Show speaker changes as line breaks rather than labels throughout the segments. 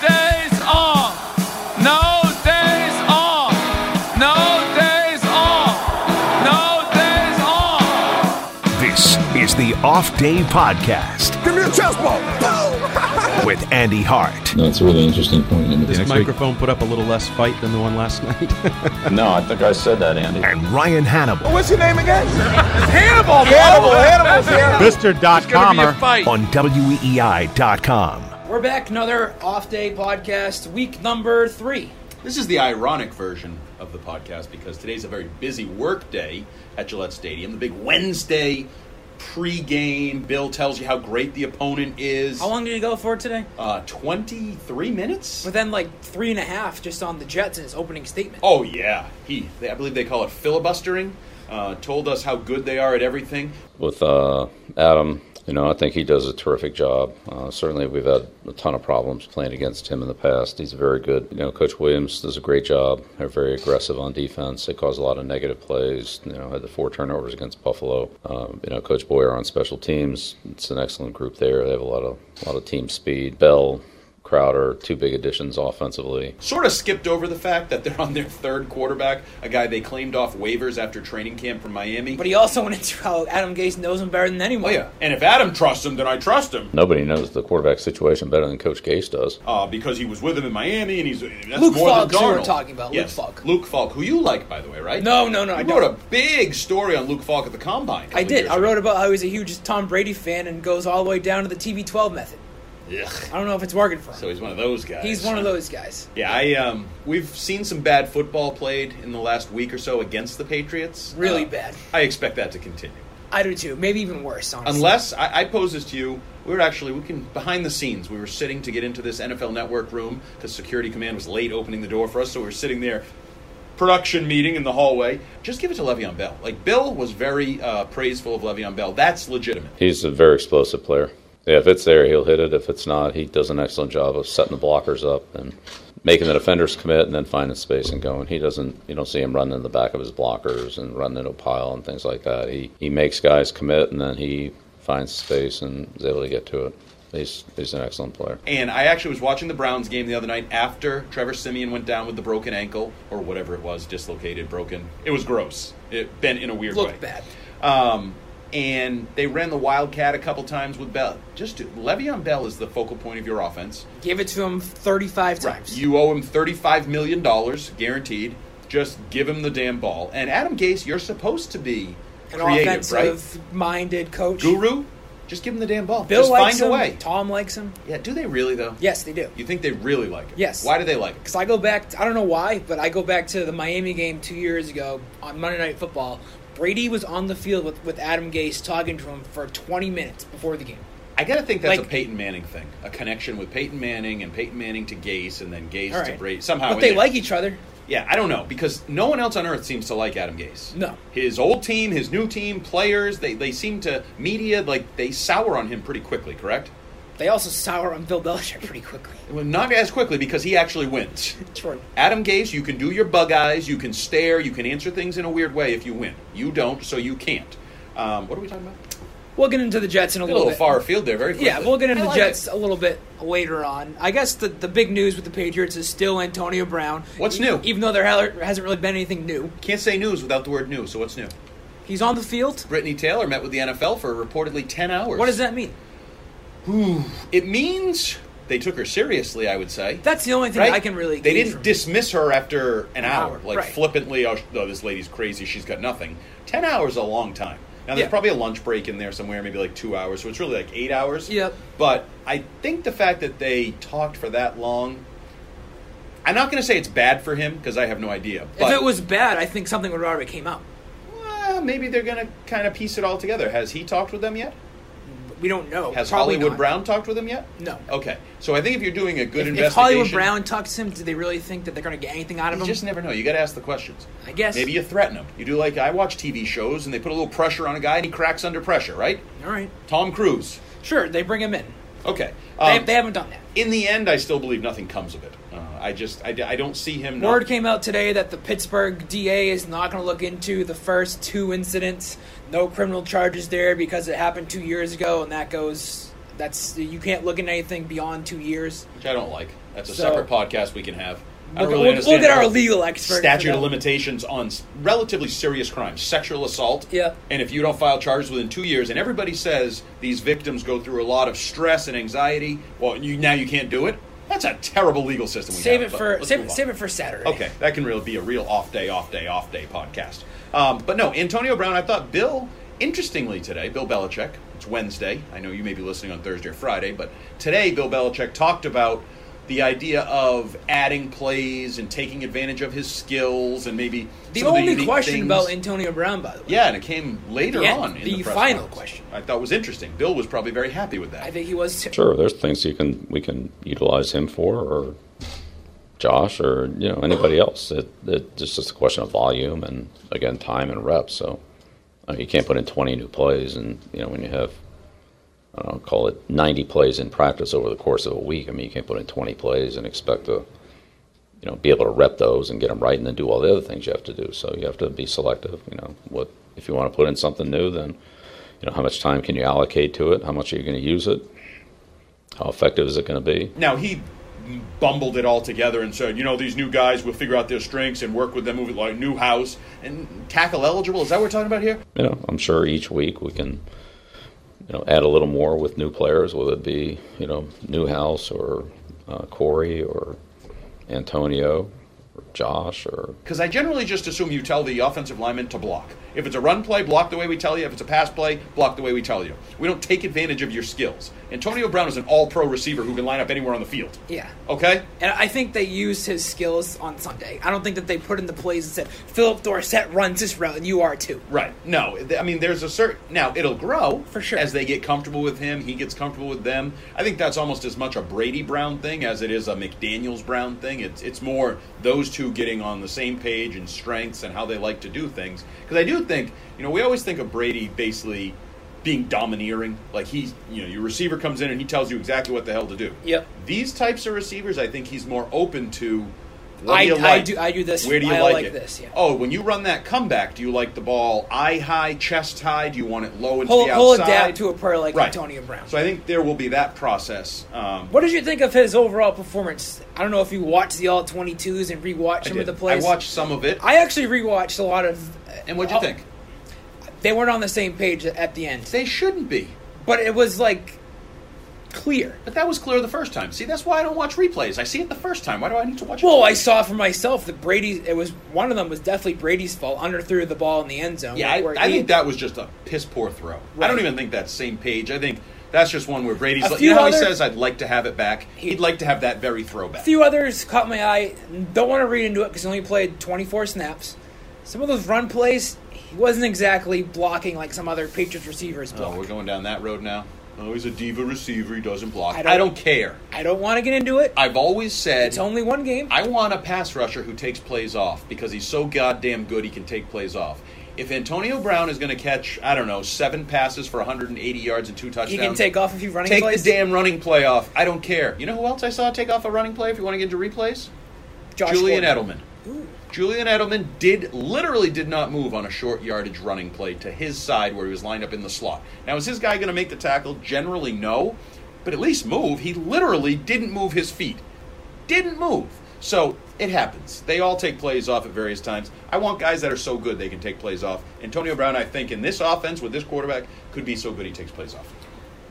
days off. No days off. No days off. No days off.
This is the Off Day Podcast
Give me a chest ball.
with Andy Hart
No, it's a really interesting point. Andy.
This
Next week-
microphone put up a little less fight than the one last night.
No, I think I said that, Andy.
and Ryan Hannibal
What's your name again? Hannibal. Hannibal. Hannibal's here.
Mr. Dot Comer.
on E WEEI.com.
We're back, another off day podcast, week number three.
This is the ironic version of the podcast because today's a very busy work day at Gillette Stadium. The big Wednesday pre-game. Bill tells you how great the opponent is.
How long did you go for today?
Uh, 23 minutes?
But then, like, three and a half just on the Jets in his opening statement.
Oh, yeah. He, they, I believe they call it filibustering. Uh, told us how good they are at everything.
With uh, Adam, you know, I think he does a terrific job. Uh, certainly, we've had a ton of problems playing against him in the past. He's very good. You know, Coach Williams does a great job. They're very aggressive on defense. They cause a lot of negative plays. You know, had the four turnovers against Buffalo. Um, you know, Coach Boyer on special teams. It's an excellent group there. They have a lot of a lot of team speed. Bell, Crowder, two big additions offensively.
Sort of skipped over the fact that they're on their third quarterback, a guy they claimed off waivers after training camp from Miami.
But he also went into how Adam Gase knows him better than anyone.
oh, yeah. And if Adam trusts him, then I trust him.
Nobody knows the quarterback situation better than Coach Gase does.
uh, because he was with him in Miami, and he's that's
Luke
more
Falk's
than
who
Darnold.
we're talking about, Luke
Yes,
Falk.
Luke Falk, who you like, by the way, right?
No, no, no,
You
I
wrote
don't.
a big story on Luke Falk at the combine.
I did. I wrote about how he's a huge Tom Brady fan and goes all the way down to the TV12 method.
Ugh.
I don't know if it's working for him.
So he's one of those guys.
He's one of those guys.
Yeah, I um, we've seen some bad football played in the last week or so against the Patriots. Uh,
Really bad.
I expect that to continue.
I do too. Maybe even worse, honestly.
Unless I, I pose this to you, we were actually we can behind the scenes. We were sitting to get into this NFL Network room because security command was late opening the door for us, so we were sitting there. Production meeting in the hallway. Just give it to Le'Veon Bell. Like Bill was very uh, praiseful of Le'Veon Bell. That's legitimate.
He's a very explosive player. Yeah, if it's there, he'll hit it. If it's not, he does an excellent job of setting the blockers up and making the defenders commit, and then finding space and going. He doesn't. You don't see him running in the back of his blockers and running into a pile and things like that. He he makes guys commit, and then he finds space and is able to get to it. He's he's an excellent player.
And I actually was watching the Browns game the other night after Trevor Simeon went down with the broken ankle or whatever it was, dislocated, broken. It was gross. It bent in a weird way.
Looked bad.
Um, and they ran the Wildcat a couple times with Bell. Just Le'Veon Bell is the focal point of your offense.
Give it to him 35 times.
You owe him $35 million, guaranteed. Just give him the damn ball. And Adam Gase, you're supposed to be
An
creative, right?
offensive-minded coach.
Guru, just give him the damn ball.
Bill
just
likes
find a
him.
way.
Tom likes him.
Yeah, do they really, though?
Yes, they do.
You think they really like him?
Yes.
Why do they like him?
Because I go back, to, I don't know why, but I go back to the Miami game two years ago on Monday Night Football. Brady was on the field with, with Adam Gase talking to him for 20 minutes before the game.
I gotta think that's
Like-
a Peyton Manning thing, a connection with Peyton Manning and Peyton Manning to Gase, and then Gase
All
to
right.
Brady. Somehow,
But
in
they
there.
like each other.
Yeah, I don't know because no one else on earth seems to like Adam Gase.
No.
his old team, his new team, players, they they seem to media like they sour on him pretty quickly. Correct?
They also sour on Bill Belichick pretty quickly.
Well, Not as quickly because he actually wins.
True.
Adam Gase, you can do your bug eyes, you can stare, you can answer things in a weird way if you win. You don't, so you can't. Um, what are we talking about?
We'll get into the Jets in a,
A little
bit.
far afield there, very quickly.
Yeah, we'll get into
I
the
like
Jets
it.
a little bit later on. I guess the, the big news with the Patriots is still Antonio Brown.
What's
E-
new?
Even though there ha- hasn't really been anything new.
Can't say news without the word new. So what's new?
He's on the field.
Brittany Taylor met with the NFL for reportedly ten hours.
What does that mean?
It means they took her seriously. I would say.
That's the only thing I can really.
They
gauge
didn't
from-
dismiss her after an, hour,
hour,
like
right.
flippantly. Oh, sh- oh, this lady's crazy. She's got nothing. Ten hours is a long time. Now there's
Yeah.
probably a lunch break in there somewhere, maybe like two hours. So it's really like eight hours.
Yep.
But I think the fact that they talked for that long, I'm not going to say it's bad for him because I have no idea.
If
But
it was bad, I think something would have already came out.
well, maybe they're going to kind of piece it all together. Has he talked with them yet?
But we don't know.
Has
Probably
Hollywood
not.
Brown talked with him yet?
No.
Okay. So I think if you're doing a good
If,
investigation,
if Hollywood Brown tucks him, do they really think that they're going to get anything out of
You
him?
just never know. You got to ask the questions.
I guess.
Maybe you threaten them. You do like I watch TV shows and they put a little pressure on a guy and he cracks under pressure, right?
All right.
Tom Cruise.
Sure, they bring him in.
Okay.
They,
Um,
they haven't done that.
in the end, I still believe nothing comes of it. Uh, I just I, I don't see him. not-
Word came out today that the Pittsburgh DA is not going to look into the first two incidents. No criminal charges there because it happened two years ago, and that goes. That's you can't look into anything beyond two years.
which I don't like. That's a
So-
separate podcast we can have. I
We'll-
don't really
we'll-
understand
we'll get
the
our
whole
legal expert for
Statute
that.
of limitations on s- relatively serious crimes, sexual assault.
Yeah.
And if you don't file charges within two years, and everybody says these victims go through a lot of stress and anxiety, well, you, now you can't do it. That's a terrible legal system. We
Save
have,
it
but
for
let's
save,
move
it-
on.
save it for Saturday.
Okay, that can really be a real off day, off day, off day podcast. Um, but no, Antonio Brown, I thought Bill, interestingly today, Bill Belichick, it's Wednesday. I know you may be listening on Thursday or Friday, but today Bill Belichick talked about the idea of adding plays and taking advantage of his skills and maybe
The
some of
only
unique
question
things.
about Antonio Brown, by the way,
yeah, and it came later
The end-
on in the,
the
press
final
conference.
question.
I thought was interesting. Bill was probably very happy with that.
I think he was. Too.
Sure, there's things you can we can utilize him for, or Josh, or you know anybody else. It, it it's just a question of volume and again time and reps. So I mean, you can't put in 20 new plays, and you know when you have I don't know, call it 90 plays in practice over the course of a week. I mean you can't put in 20 plays and expect to you know be able to rep those and get them right, and then do all the other things you have to do. So you have to be selective. You know what if you want to put in something new, then you know how much time can you allocate to it? How much are you going to use it? How effective is it going to be?
Now he bumbled it all together and said, you know, these new guys will figure out their strengths and work with them, move it like new house and tackle eligible. Is that what we're talking about here?
You know, I'm sure each week we can, you know, add a little more with new players, whether it be you know Newhouse or uh, Corey or Antonio or Josh or
Because I generally just assume you tell the offensive lineman to block. If it's a run play, block the way we tell you. If it's a pass play, block the way we tell you. We don't take advantage of your skills. Antonio Brown is an all-pro receiver who can line up anywhere on the field.
Yeah.
Okay.
And I think they used his skills on Sunday. I don't think that they put in the plays and said, Philip Dorsett runs this route and you are too.
Right. No, th- I mean, there's a certain. Now, it'll grow.
For sure.
As they get comfortable with him, he gets comfortable with them. I think that's almost as much a Brady Brown thing as it is a McDaniels Brown thing. It's, it's more those two getting on the same page and strengths and how they like to do things. Because I do think, you know, we always think of Brady basically being domineering. Like he's, you know, your receiver comes in and he tells you exactly what the hell to do.
Yep.
These types of receivers, I think he's more open to. What
I-
do you
I
like?
do- I do this.
Where do you
I
like,
like
it?
this, yeah.
Oh, when you run that comeback, do you like the ball eye high, chest high? Do you want it low and
He'll,
to the
he'll
outside?
adapt to a player like
Right.
Antonio Brown.
So I think there will be that process. Um,
what did you think of his overall performance? I don't know if you watched the All 22s and rewatched
I,
some of
did.
the plays.
I watched some of it.
I actually rewatched a lot of.
and what'd you
Oh,
think?
They weren't on the same page at the end,
They shouldn't be.
but it was like clear.
But that was clear the first time. See, that's why I don't watch replays. I see it the first time. Why do I need to watch it?
Well, I
twice?
saw for myself that Brady. It was one of them was definitely Brady's fault. Under threw the ball in the end zone.
Yeah, I,
where
I
he-
think that was just a piss poor throw. I don't even think that's same page. I think that's just one where Brady's
A
like,
few
you know how he
other-
says, I'd like to have it back? He'd like to have that very throwback.
few others caught my eye. Don't want to read into it because he only played 24 snaps. Some of those run plays, he wasn't exactly blocking like some other Patriots receivers
Oh,
block.
we're going down that road now. Oh, he's a diva receiver. He doesn't block. I
I
don't,
don't-
care.
I don't want to get into it.
I've always said
It's only one game.
I want a pass rusher who takes plays off because he's so goddamn good he can take plays off. If Antonio Brown is going to catch, I don't know, seven passes for 180 yards and two touchdowns,
He can take off a few running
Take
plays.
the damn running play off. I don't care. You know who else I saw take off a running play? If you want to get into replays,
Josh
Julian
Gordon.
Edelman. Julian Edelman did literally did not move on a short yardage running play to his side where he was lined up in the slot. Now, is his guy going to make the tackle? Generally, no, but at least move. He literally didn't move his feet. Didn't move. So it happens. They all take plays off at various times. I want guys that are so good they can take plays off. Antonio Brown, I think, in this offense with this quarterback, could be so good he takes plays off.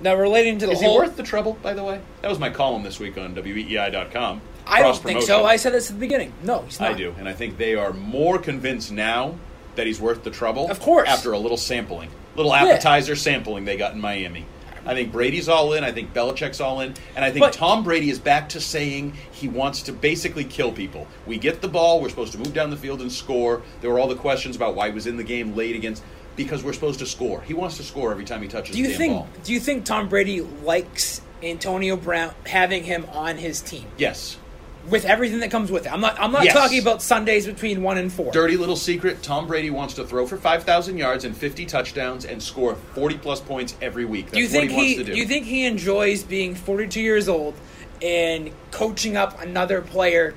Now relating to the
Is he
whole,
worth the trouble, by the way? That was my column this week on E WEEI.com.
I don't think
Cross-promotion.
so. I said this at the beginning. No, he's not.
I do, and I think they are more convinced now that he's worth the trouble.
Of course.
after a little sampling, little
Yeah.
appetizer sampling they got in Miami. I think Brady's all in. I think Belichick's all in, and I think
But-
Tom Brady is back to saying he wants to basically kill people. We get the ball. We're supposed to move down the field and score. There were all the questions about why he was in the game late against because we're supposed to score. He wants to score every time he touches
Do you
the damn
think?
ball.
Do you think Tom Brady likes Antonio Brown having him on his team
Yes.
with everything that comes with it? I'm not. I'm not
Yes.
talking about Sundays between one and four.
Dirty little secret Tom Brady wants to throw for 5,000 yards and 50 touchdowns and score 40 plus points every week. That's
do you think
what he,
he?
wants to do.
you think he enjoys being 42 years old and coaching up another player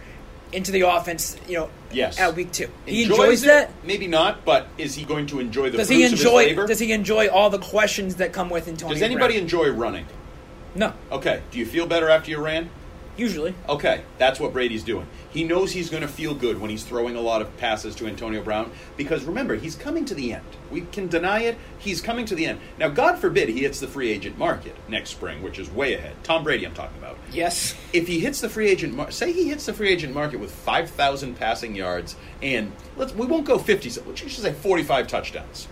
into the offense? You know,
Yes.
at week two, he
Enjoys
enjoys
it?
that.
Maybe not, but is he going to enjoy the
Does
fruits
he
of his
enjoy?
labor?
Does he enjoy all the questions that come with Antonio?
Does anybody
Brown?
enjoy running?
No,
Okay. Do you feel better after you ran?
usually.
Okay, that's what Brady's doing. He knows he's going to feel good when he's throwing a lot of passes to Antonio Brown because remember, he's coming to the end. We can deny it. He's coming to the end. Now, God forbid he hits the free agent market next spring, which is way ahead. Tom Brady, I'm talking about.
Yes.
if he hits the free agent mar- say he hits the free agent market with 5000 passing yards and let's we won't go 50 so let's just say 45 touchdowns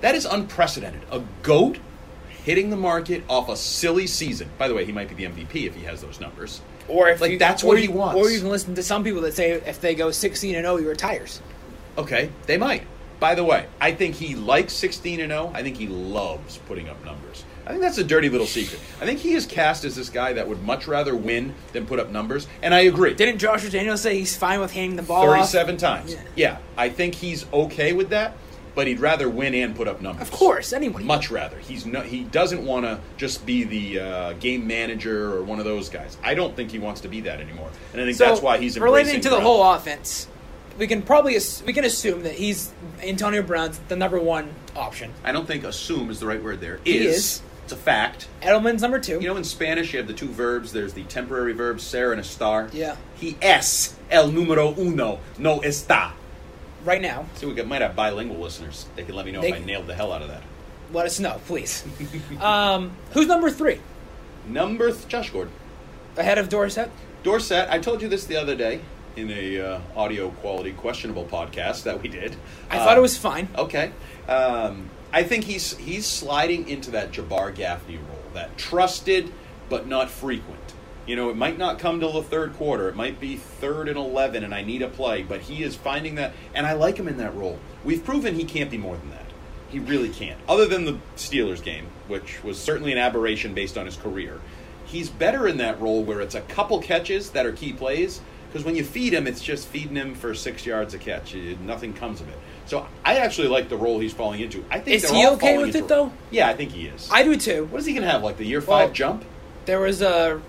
that is unprecedented a goat hitting the market off a silly season by the way he might be the mvp if he has those numbers
Or if
like
you-
that's
or
what
you-
he wants
Or you can listen to some people that say if they go 16 and 0, he retires.
Okay, they might. By the way, I think he likes 16 and 0. I think he loves putting up numbers. I think that's a dirty little secret. I think he is cast as this guy that would much rather win than put up numbers, and I agree.
Didn't Joshua Daniels say he's fine with handing the ball off?
37 times.
Yeah.
Yeah. I think he's okay with that, but he'd rather win and put up numbers.
Of course, anybody.
Much rather. He's no, he doesn't want to just be the uh, game manager or one of those guys. I don't think he wants to be that anymore. And I think
So,
that's why he's
relating
embracing
to the
Brown.
whole offense. We can probably ass- we can assume that he's Antonio Brown's the number one option.
I don't think assume is the right word there. Is.
He is.
It's a fact.
Edelman's number two.
You know, in Spanish, you have the two verbs. There's the temporary verb ser and estar.
Yeah.
He es el número uno, no está.
right now,
See, we got- might have bilingual listeners. They can let me know
They-
if I nailed the hell out of that.
let us know, please. um, who's number three
Number th- Josh Gordon.
ahead of Dorset?
Dorset, I told you this the other day in a uh, audio quality questionable podcast that we did.
I
Uh,
thought it was fine.
Okay. Um, I think he's he's sliding into that Jabar Gaffney role, that trusted but not frequent. You know, it might not come till the third quarter. It might be third and eleven, and I need a play. But he is finding that, and I like him in that role. We've proven he can't be more than that. He really can't. Other than the Steelers game, which was certainly an aberration based on his career, he's better in that role where it's a couple catches that are key plays. Because when you feed him, it's just feeding him for six yards a catch. It- nothing comes of it. So I actually like the role he's falling into. I think
Is
they're
he
all
okay
falling
with
into-
it, though?
Yeah, I think he is.
I do too.
what is he gonna have like the year
Well-
five jump?
There was a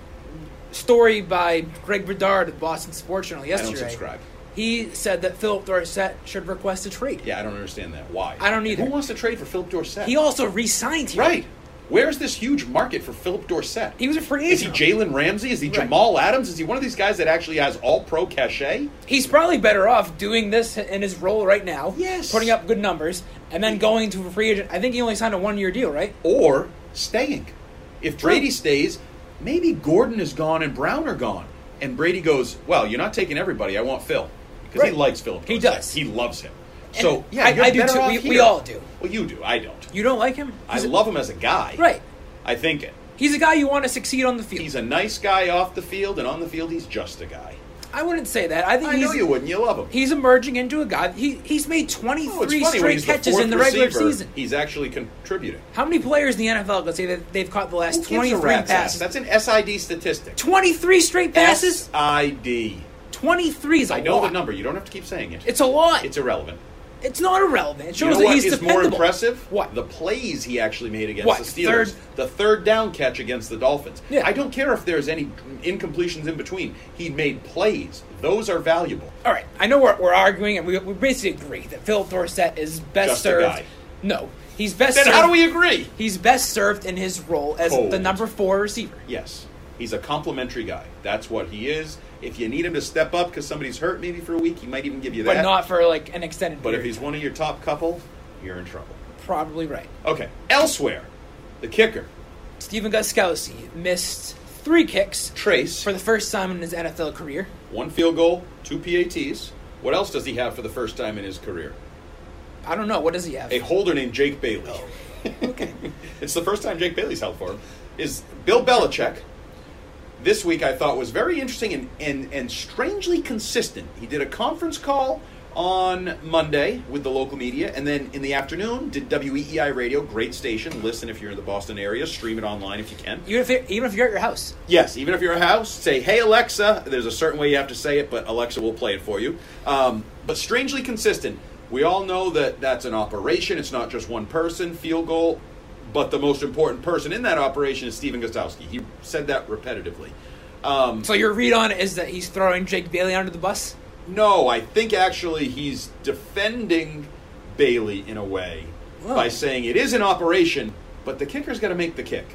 story by Greg Bedard of Boston Sports Journal
I
yesterday.
don't subscribe.
He said that Philip Dorsett should request a trade.
Yeah, I don't understand that. Why?
I don't either.
Who wants to trade for Philip Dorsett?
He also re-signed here.
right. Where's this huge market for Philip Dorsett?
He was a free
Is he
agent.
Jalen Ramsey? Is he
Right.
Jamal Adams? Is he one of these guys that actually has all pro cachet?
He's probably better off doing this in his role right now.
Yes.
Putting up good numbers and then going to a free agent. I think he only signed a one-year deal, right?
or staying. If Brady stays, maybe Gordon is gone and Brown are gone. And Brady goes, Well, you're not taking everybody. I want Phil. Because
Right.
he likes Philip.
He
Dorsett.
does.
He loves him. So,
And
yeah,
I-
you're
I do
better
too.
off
We- we
here.
all do.
Well, you do. I don't.
You don't like him?
I
He's a-
love him as a guy.
Right.
I think
He's a guy you want to succeed on the field.
he's a nice guy off the field, and on the field, he's just a guy.
I wouldn't say that. I think
I
he's,
know you wouldn't. You love him.
He's emerging into a guy. He, he's made
Oh, it's
23
funny, when
straight
he's
catches
fourth
in the regular
receiver,
season.
He's actually contributing.
How many players in the NFL can say that they've caught the
Who
last
gives a
23
rat's ass?
passes?
That's an SID statistic.
23 straight passes?
SID.
23 is a
I know
lot.
the number. You don't have to keep saying it.
It's a lot.
It's irrelevant.
It's not irrelevant. It
You
shows
know
that
what
he's
is more
dependable.
impressive?
What?
The plays he actually made against
What?
the Steelers.
Third-
The third down catch against the Dolphins.
Yeah.
I don't care if there's any incompletions in between. He made plays. Those are valuable.
All right, I know we're, we're arguing, and we, we basically agree that Phil Dorsett is best
Just a
served.
guy.
No, he's best.
Then
served,
how do we agree?
He's best served in his role as
Cold.
the number four receiver.
Yes. He's a complimentary guy. That's what he is. If you need him to step up because somebody's hurt maybe for a week, he might even give you that.
But not for like an extended.
But if
period.
he's one of your top couple, you're in trouble.
probably right.
Okay. Elsewhere, the kicker,
Stephen Gostkowski missed three kicks
Trace,
for the first time in his NFL career.
one field goal, two PATs. What else does he have for the first time in his career?
I don't know what does he have.
a holder named Jake Bailey.
Oh.
it's the first time Jake Bailey's held for him. Is Bill Belichick this week I thought was very interesting and, and, and strangely consistent. He did a conference call on Monday with the local media, and then in the afternoon did WEEI radio, great station. Listen if you're in the Boston area, stream it online if you can.
Even if you're, even if you're at your house,
Yes, even if you're a house, say "Hey Alexa." There's a certain way you have to say it, but Alexa will play it for you. Um, but strangely consistent. We all know that that's an operation. It's not just one person. Field goal, but the most important person in that operation is Steven Gostowski. He said that repetitively. Um,
so your read on it is that he's throwing Jake Bailey under the bus.
no, I think actually he's defending Bailey in a way by saying it is an operation, but the kicker's got to make the kick.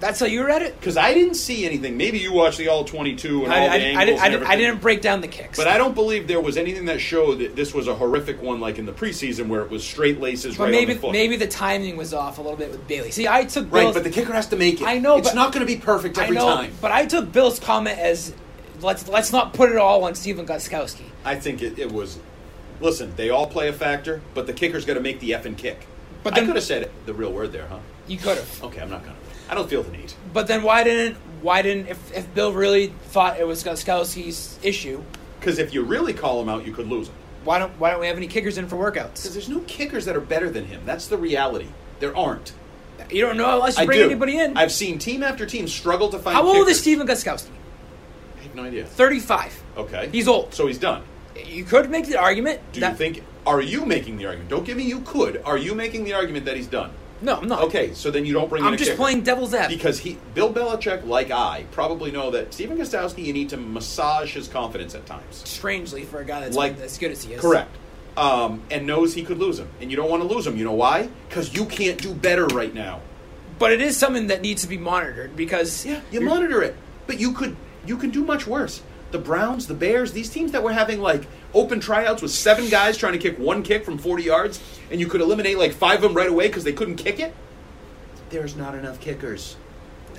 That's how you read it.
Because I didn't see anything. Maybe you watched the all twenty-two and all
I,
the
I, I,
angles.
didn't- I,
and
didn't- I
everything.
didn't break down the kicks.
But I don't believe there was anything that showed that this was a horrific one, like in the preseason, where it was straight laces
But
right
maybe
on the foot.
maybe the timing was off a little bit with Bailey. See, I took
right,
Bill's-
but the kicker has to make it.
I know,
it's
but-
not going to be perfect every
I know,
time.
But I took Bill's comment as let's let's not put it all on Steven Guskowski.
I think it, it was. Listen, they all play a factor, but the kicker's got to make the effing kick.
But
But
then-
I could have said it, the real word there, huh?
You could have.
Okay, I'm not going to. I don't feel the need.
But then why didn't why didn't if, if Bill really thought it was Guskowski's issue,
Because if you really call him out, you could lose him.
why don't why don't we have any kickers in for workouts?
Because there's no kickers that are better than him. That's the reality. There aren't.
You don't know unless you
I
bring
do.
anybody in.
I've seen team after team struggle to find.
How old is
kickers.
Steven Guskowski?
I have no idea.
Thirty five.
Okay,
He's old.
so he's done.
You could make the argument.
Do
that,
you think? Are you making the argument? Don't give me. You could. Are you making the argument that he's done?
No, I'm not.
Okay, so then you don't bring. in
I'm
a
just
kicker.
playing devil's advocate.
because he, Bill Belichick, like I, probably know that Stephen Gostowski, you need to massage his confidence at times.
strangely for a guy that's
Like-
as good as he is.
Correct. Um, and knows he could lose him, and you don't want to lose him. You know why? Because you can't do better right now.
But it is something that needs to be monitored because
Yeah, you monitor it, but you could you can do much worse. The Browns, the Bears, these teams that were having like open tryouts with seven guys trying to kick one kick from 40 yards, and you could eliminate like five of them right away because they couldn't kick it. There's not enough kickers.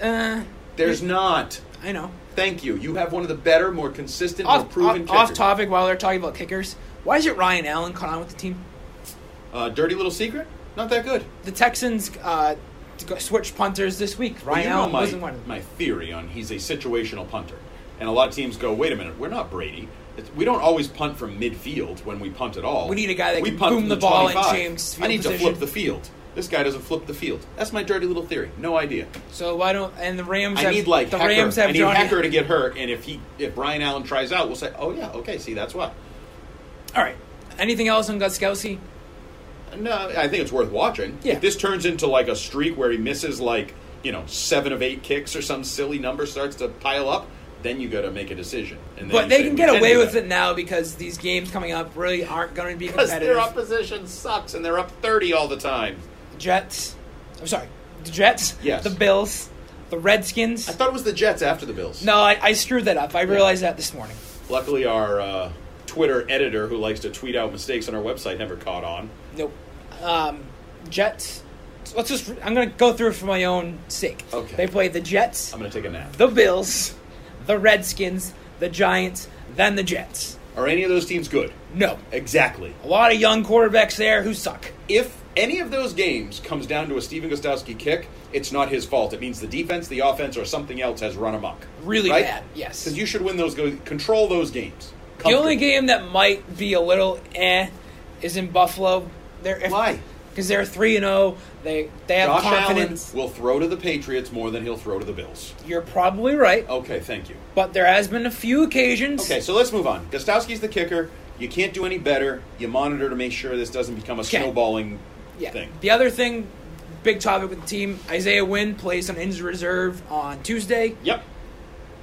uh,
There's not.
I know.
Thank you. You have one of the better, more consistent, more
Off,
proven
off, off
kickers.
topic while they're talking about kickers. Why is it Ryan Allen caught on with the team?
Uh, dirty little secret. Not that good.
The Texans uh, go- switched punters this week.
Well,
Ryan
you know
Allen
my,
wasn't one of them.
my theory on he's a situational punter. And a lot of teams go, wait a minute, we're not Brady. It's, we don't always punt from midfield when we punt at all.
We need a guy that
we
can
punt
boom
from
the ball and
25.
change
I need
field
to flip
position.
the field. This guy doesn't flip the field. That's my dirty little theory. No idea.
So why don't and the Rams?
I
have,
need like
the
Hecker.
Rams have
I need
Johnny.
Hecker to get hurt, and if he if Brian Allen tries out, we'll say, oh yeah, okay, see that's why.
All right. Anything else on Gutskowski?
No, I think it's worth watching.
Yeah.
If this turns into like a streak where he misses like, you know, seven of eight kicks or some silly number starts to pile up, then you got to make a decision. And then
But
you
they
say,
can
"We
get away
do
with
that."
it now because these games coming up really aren't going to be
Because
competitive.
their opposition sucks and they're up 30 all the time.
Jets. I'm sorry. The Jets.
Yes.
The Bills. The Redskins.
I thought it was the Jets after the Bills.
no, I, I screwed that up. I realized that this morning.
Luckily, our uh, Twitter editor who likes to tweet out mistakes on our website never caught on.
Nope. Um, Jets. so Let's just. I'm gonna go through it for my own sake.
Okay.
They play the Jets,
I'm going to take a nap.
the Bills, the Redskins, the Giants, then the Jets.
Are any of those teams good?
No.
Exactly.
A lot of young quarterbacks there who suck.
if any of those games comes down to a Steven Gostowski kick, it's not his fault. It means the defense, the offense, or something else has run amok.
Really bad, yes.
Because you should win those, go- control those games.
The only
Comfortably.
game that might be a little eh is in Buffalo. They're, if,
Why?
Because they're three and zero. They they have
Josh
confidence.
Allen will throw to the Patriots more than he'll throw to the Bills.
You're probably right.
Okay, thank you.
But there has been a few occasions.
Okay, so let's move on. Gostowski's the kicker. You can't do any better. You monitor to make sure this doesn't become a
Can't.
snowballing
Yeah.
thing.
The other thing, big topic with the team, Isaiah Wynn plays on injured reserve on Tuesday.
Yep.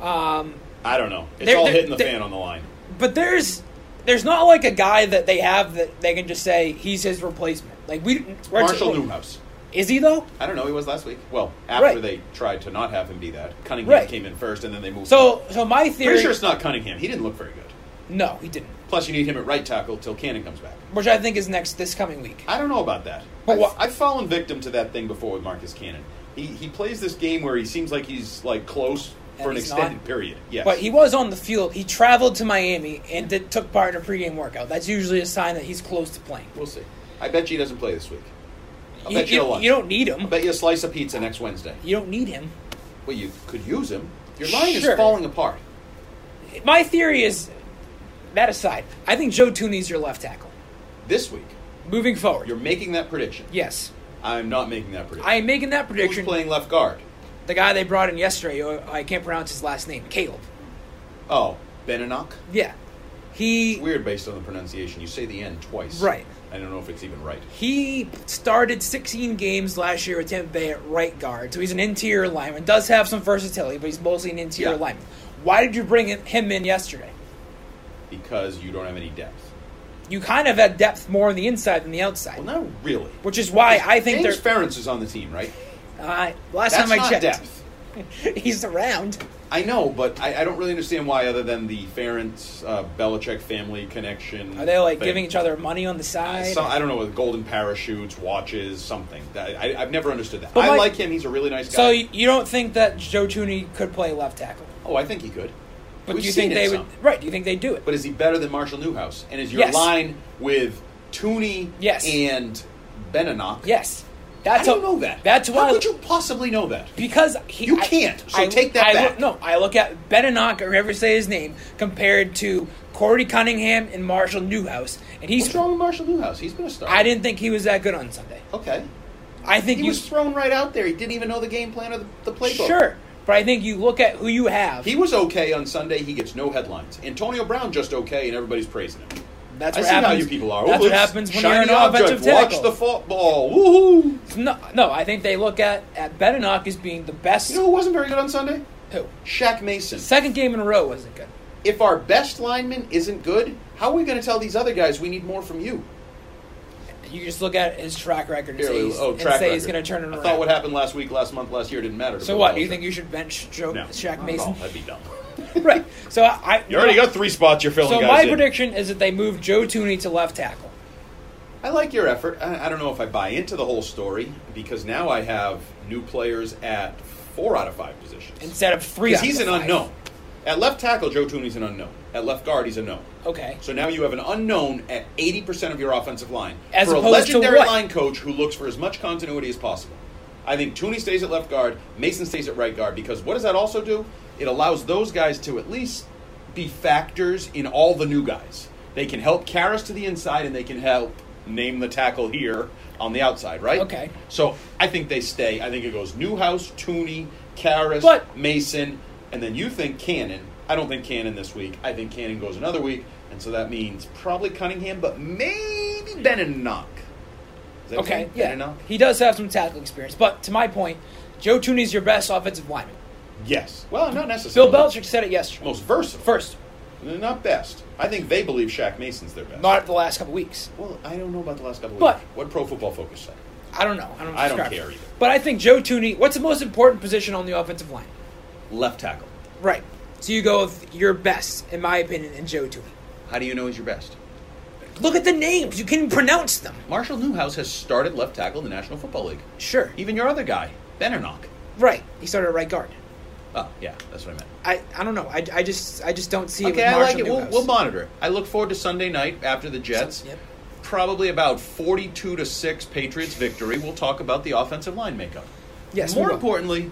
Um,
I don't know. It's
They're-
all
they're-
hitting the
they-
fan on the line.
but there's there's not like a guy that they have that they can just say he's his replacement. Like we we're
Marshall Newhouse.
Is he though?
I don't know. He was last week. Well, after
Right.
they tried to not have him be that, Cunningham
Right.
came in first, and then they moved.
So so my theory
pretty sure it's not Cunningham. He didn't look very good.
No, he didn't.
Plus, you need him at right tackle till Cannon comes back.
Which I think is next this coming week.
I don't know about that.
But
I've,
wha-
I've fallen victim to that thing before with Marcus Cannon. He he plays this game where he seems like he's like close
And
for an
he's
extended
not.
period. Yes,
But he was on the field. He traveled to Miami and did, took part in a pregame workout. That's usually a sign that he's close to playing.
We'll see. I bet you he doesn't play this week. I'll
You,
bet you, a
you,
lunch.
you don't need him.
I'll bet you a slice of pizza next Wednesday.
You don't need him.
Well, you could use him. Your line
Sure.
is falling apart.
My theory is that aside. I think Joe Tooney's your left tackle
This week,
moving forward.
you're making that prediction.
yes,
I'm not making that prediction.
I am making that prediction.
Who's playing left guard?
The guy they brought in yesterday, who I can't pronounce his last name, Caleb.
Oh, Beninock?
Yeah, he
Weird based on the pronunciation. You say the N twice.
Right.
I don't know if it's even right.
he started 16 games last year with Tampa Bay at right guard, so he's an interior lineman. Does have some versatility, but he's mostly an interior
Yeah.
lineman. Why did you bring in- him in yesterday?
Because you don't have any depth.
You kind of had depth more on the inside than the outside,
Well, not really.
which is why I think
James
they're.
Ferentz is on the team, right?
Uh, last
That's
time I
not
checked,
depth.
he's around.
I know, but I, I don't really understand why, other than the Ferentz uh, Belichick family connection.
Are they like
thing.
giving each other money on the side?
Some, I don't know, golden parachutes, watches, something. That, I, I've never understood that.
But
I
like-
like him. He's a really nice guy.
so you you don't think that Joe Tooney could play left tackle?
oh, I think he could.
But
We've
do you
seen
think
it
they
some.
would? Right? Do you think they do it?
But is he better than Marshall Newhouse? And is your
Yes.
line with Tooney
Yes.
and Beninock?
yes.
I
That's
don't
how-
know that.
That's why
How could you possibly know that?
because he,
You
I-
can't, so
I-
take that
I
back.
Look, no, I look at Beninock or whoever say his name compared to Corey Cunningham and Marshall Newhouse, and he's.
What's wrong with Marshall Newhouse? He's been a star.
I didn't think he was that good on Sunday.
Okay.
I think
He
you
was thrown right out there. He didn't even know the game plan or the, the playbook.
sure, but I think you look at who you have.
He was okay on Sunday. He gets no headlines. Antonio Brown just okay, and everybody's praising him.
that's
I
what
see
happens.
how you people are.
That's
Oops,
what happens when
shiny
you're an
object.
offensive tackle.
Watch the football. Woohoo!
No, no, I think they look at at Beninock as being the best.
You know who wasn't very good on Sunday?
who?
Shaq Mason.
Second game in a row wasn't good.
If our best lineman isn't good, how are we going to tell these other guys we need more from you?
You just look at his track record and
Here,
say he's,
oh,
and
track
say he's going
record.
to turn it around.
I thought what happened last week, last month, last year didn't matter. to
So
Bill
what? Do you
Belichick.
think you should bench Joe
No.
Shaq
Not at all.
Mason?
That'd be dumb.
right. So I
You already got three spots you're filling
So
guys
my
in.
prediction is that they move Joe Tooney to left tackle.
I like your effort. I, I don't know if I buy into the whole story because now I have new players at four out of five positions.
Instead of three
Because
out
he's
of
an
five.
unknown. At left tackle, Joe Tooney's an unknown. At left guard, he's a known.
Okay.
So now you have an unknown at 80% of your offensive line
As
for a
opposed to
legendary
what?
line coach who looks for as much continuity as possible. I think Tooney stays at left guard, Mason stays at right guard because what does that also do? It allows those guys to at least be factors in all the new guys. They can help Karras to the inside and they can help name the tackle here on the outside, right?
Okay.
So I think they stay. I think it goes Newhouse, Tooney, Karras,
But-
Mason, and then you think Cannon. I don't think Cannon this week. I think Cannon goes another week, and so that means probably Cunningham, but maybe Beninock. Is that his
Okay.
name?
Yeah.
Beninock?
He does have some tackle experience, but to my point, Joe Tooney's your best offensive lineman.
Yes. Well, not
Bill
necessarily.
Belichick said it yesterday.
Most versatile.
First,
They're Not best. I think they believe Shaq Mason's their best.
not the last couple weeks.
Well, I don't know about the last couple of
But-
weeks. What Pro Football Focus said.
I don't know. I don't.
I don't
subscribe.
care either.
But I think Joe Tooney. What's the most important position on the offensive line?
Left tackle.
Right. So you go with your best, in my opinion, and Joe Tooney.
How do you know he's your best?
Look at the names. You can pronounce them.
Marshall Newhouse has started left tackle in the National Football League.
Sure.
Even your other guy, Beninock.
Right. He started at right guard.
Oh, yeah, that's what I meant.
I, I don't know. I, I just I just don't see it
Okay,
with
I like
Marshall
it. We'll,
Newhouse.
we'll monitor it. I look forward to Sunday night after the Jets.
Yep.
Probably about 42 to 6 Patriots victory. We'll talk about the offensive line makeup.
Yes, we
More
will.
importantly,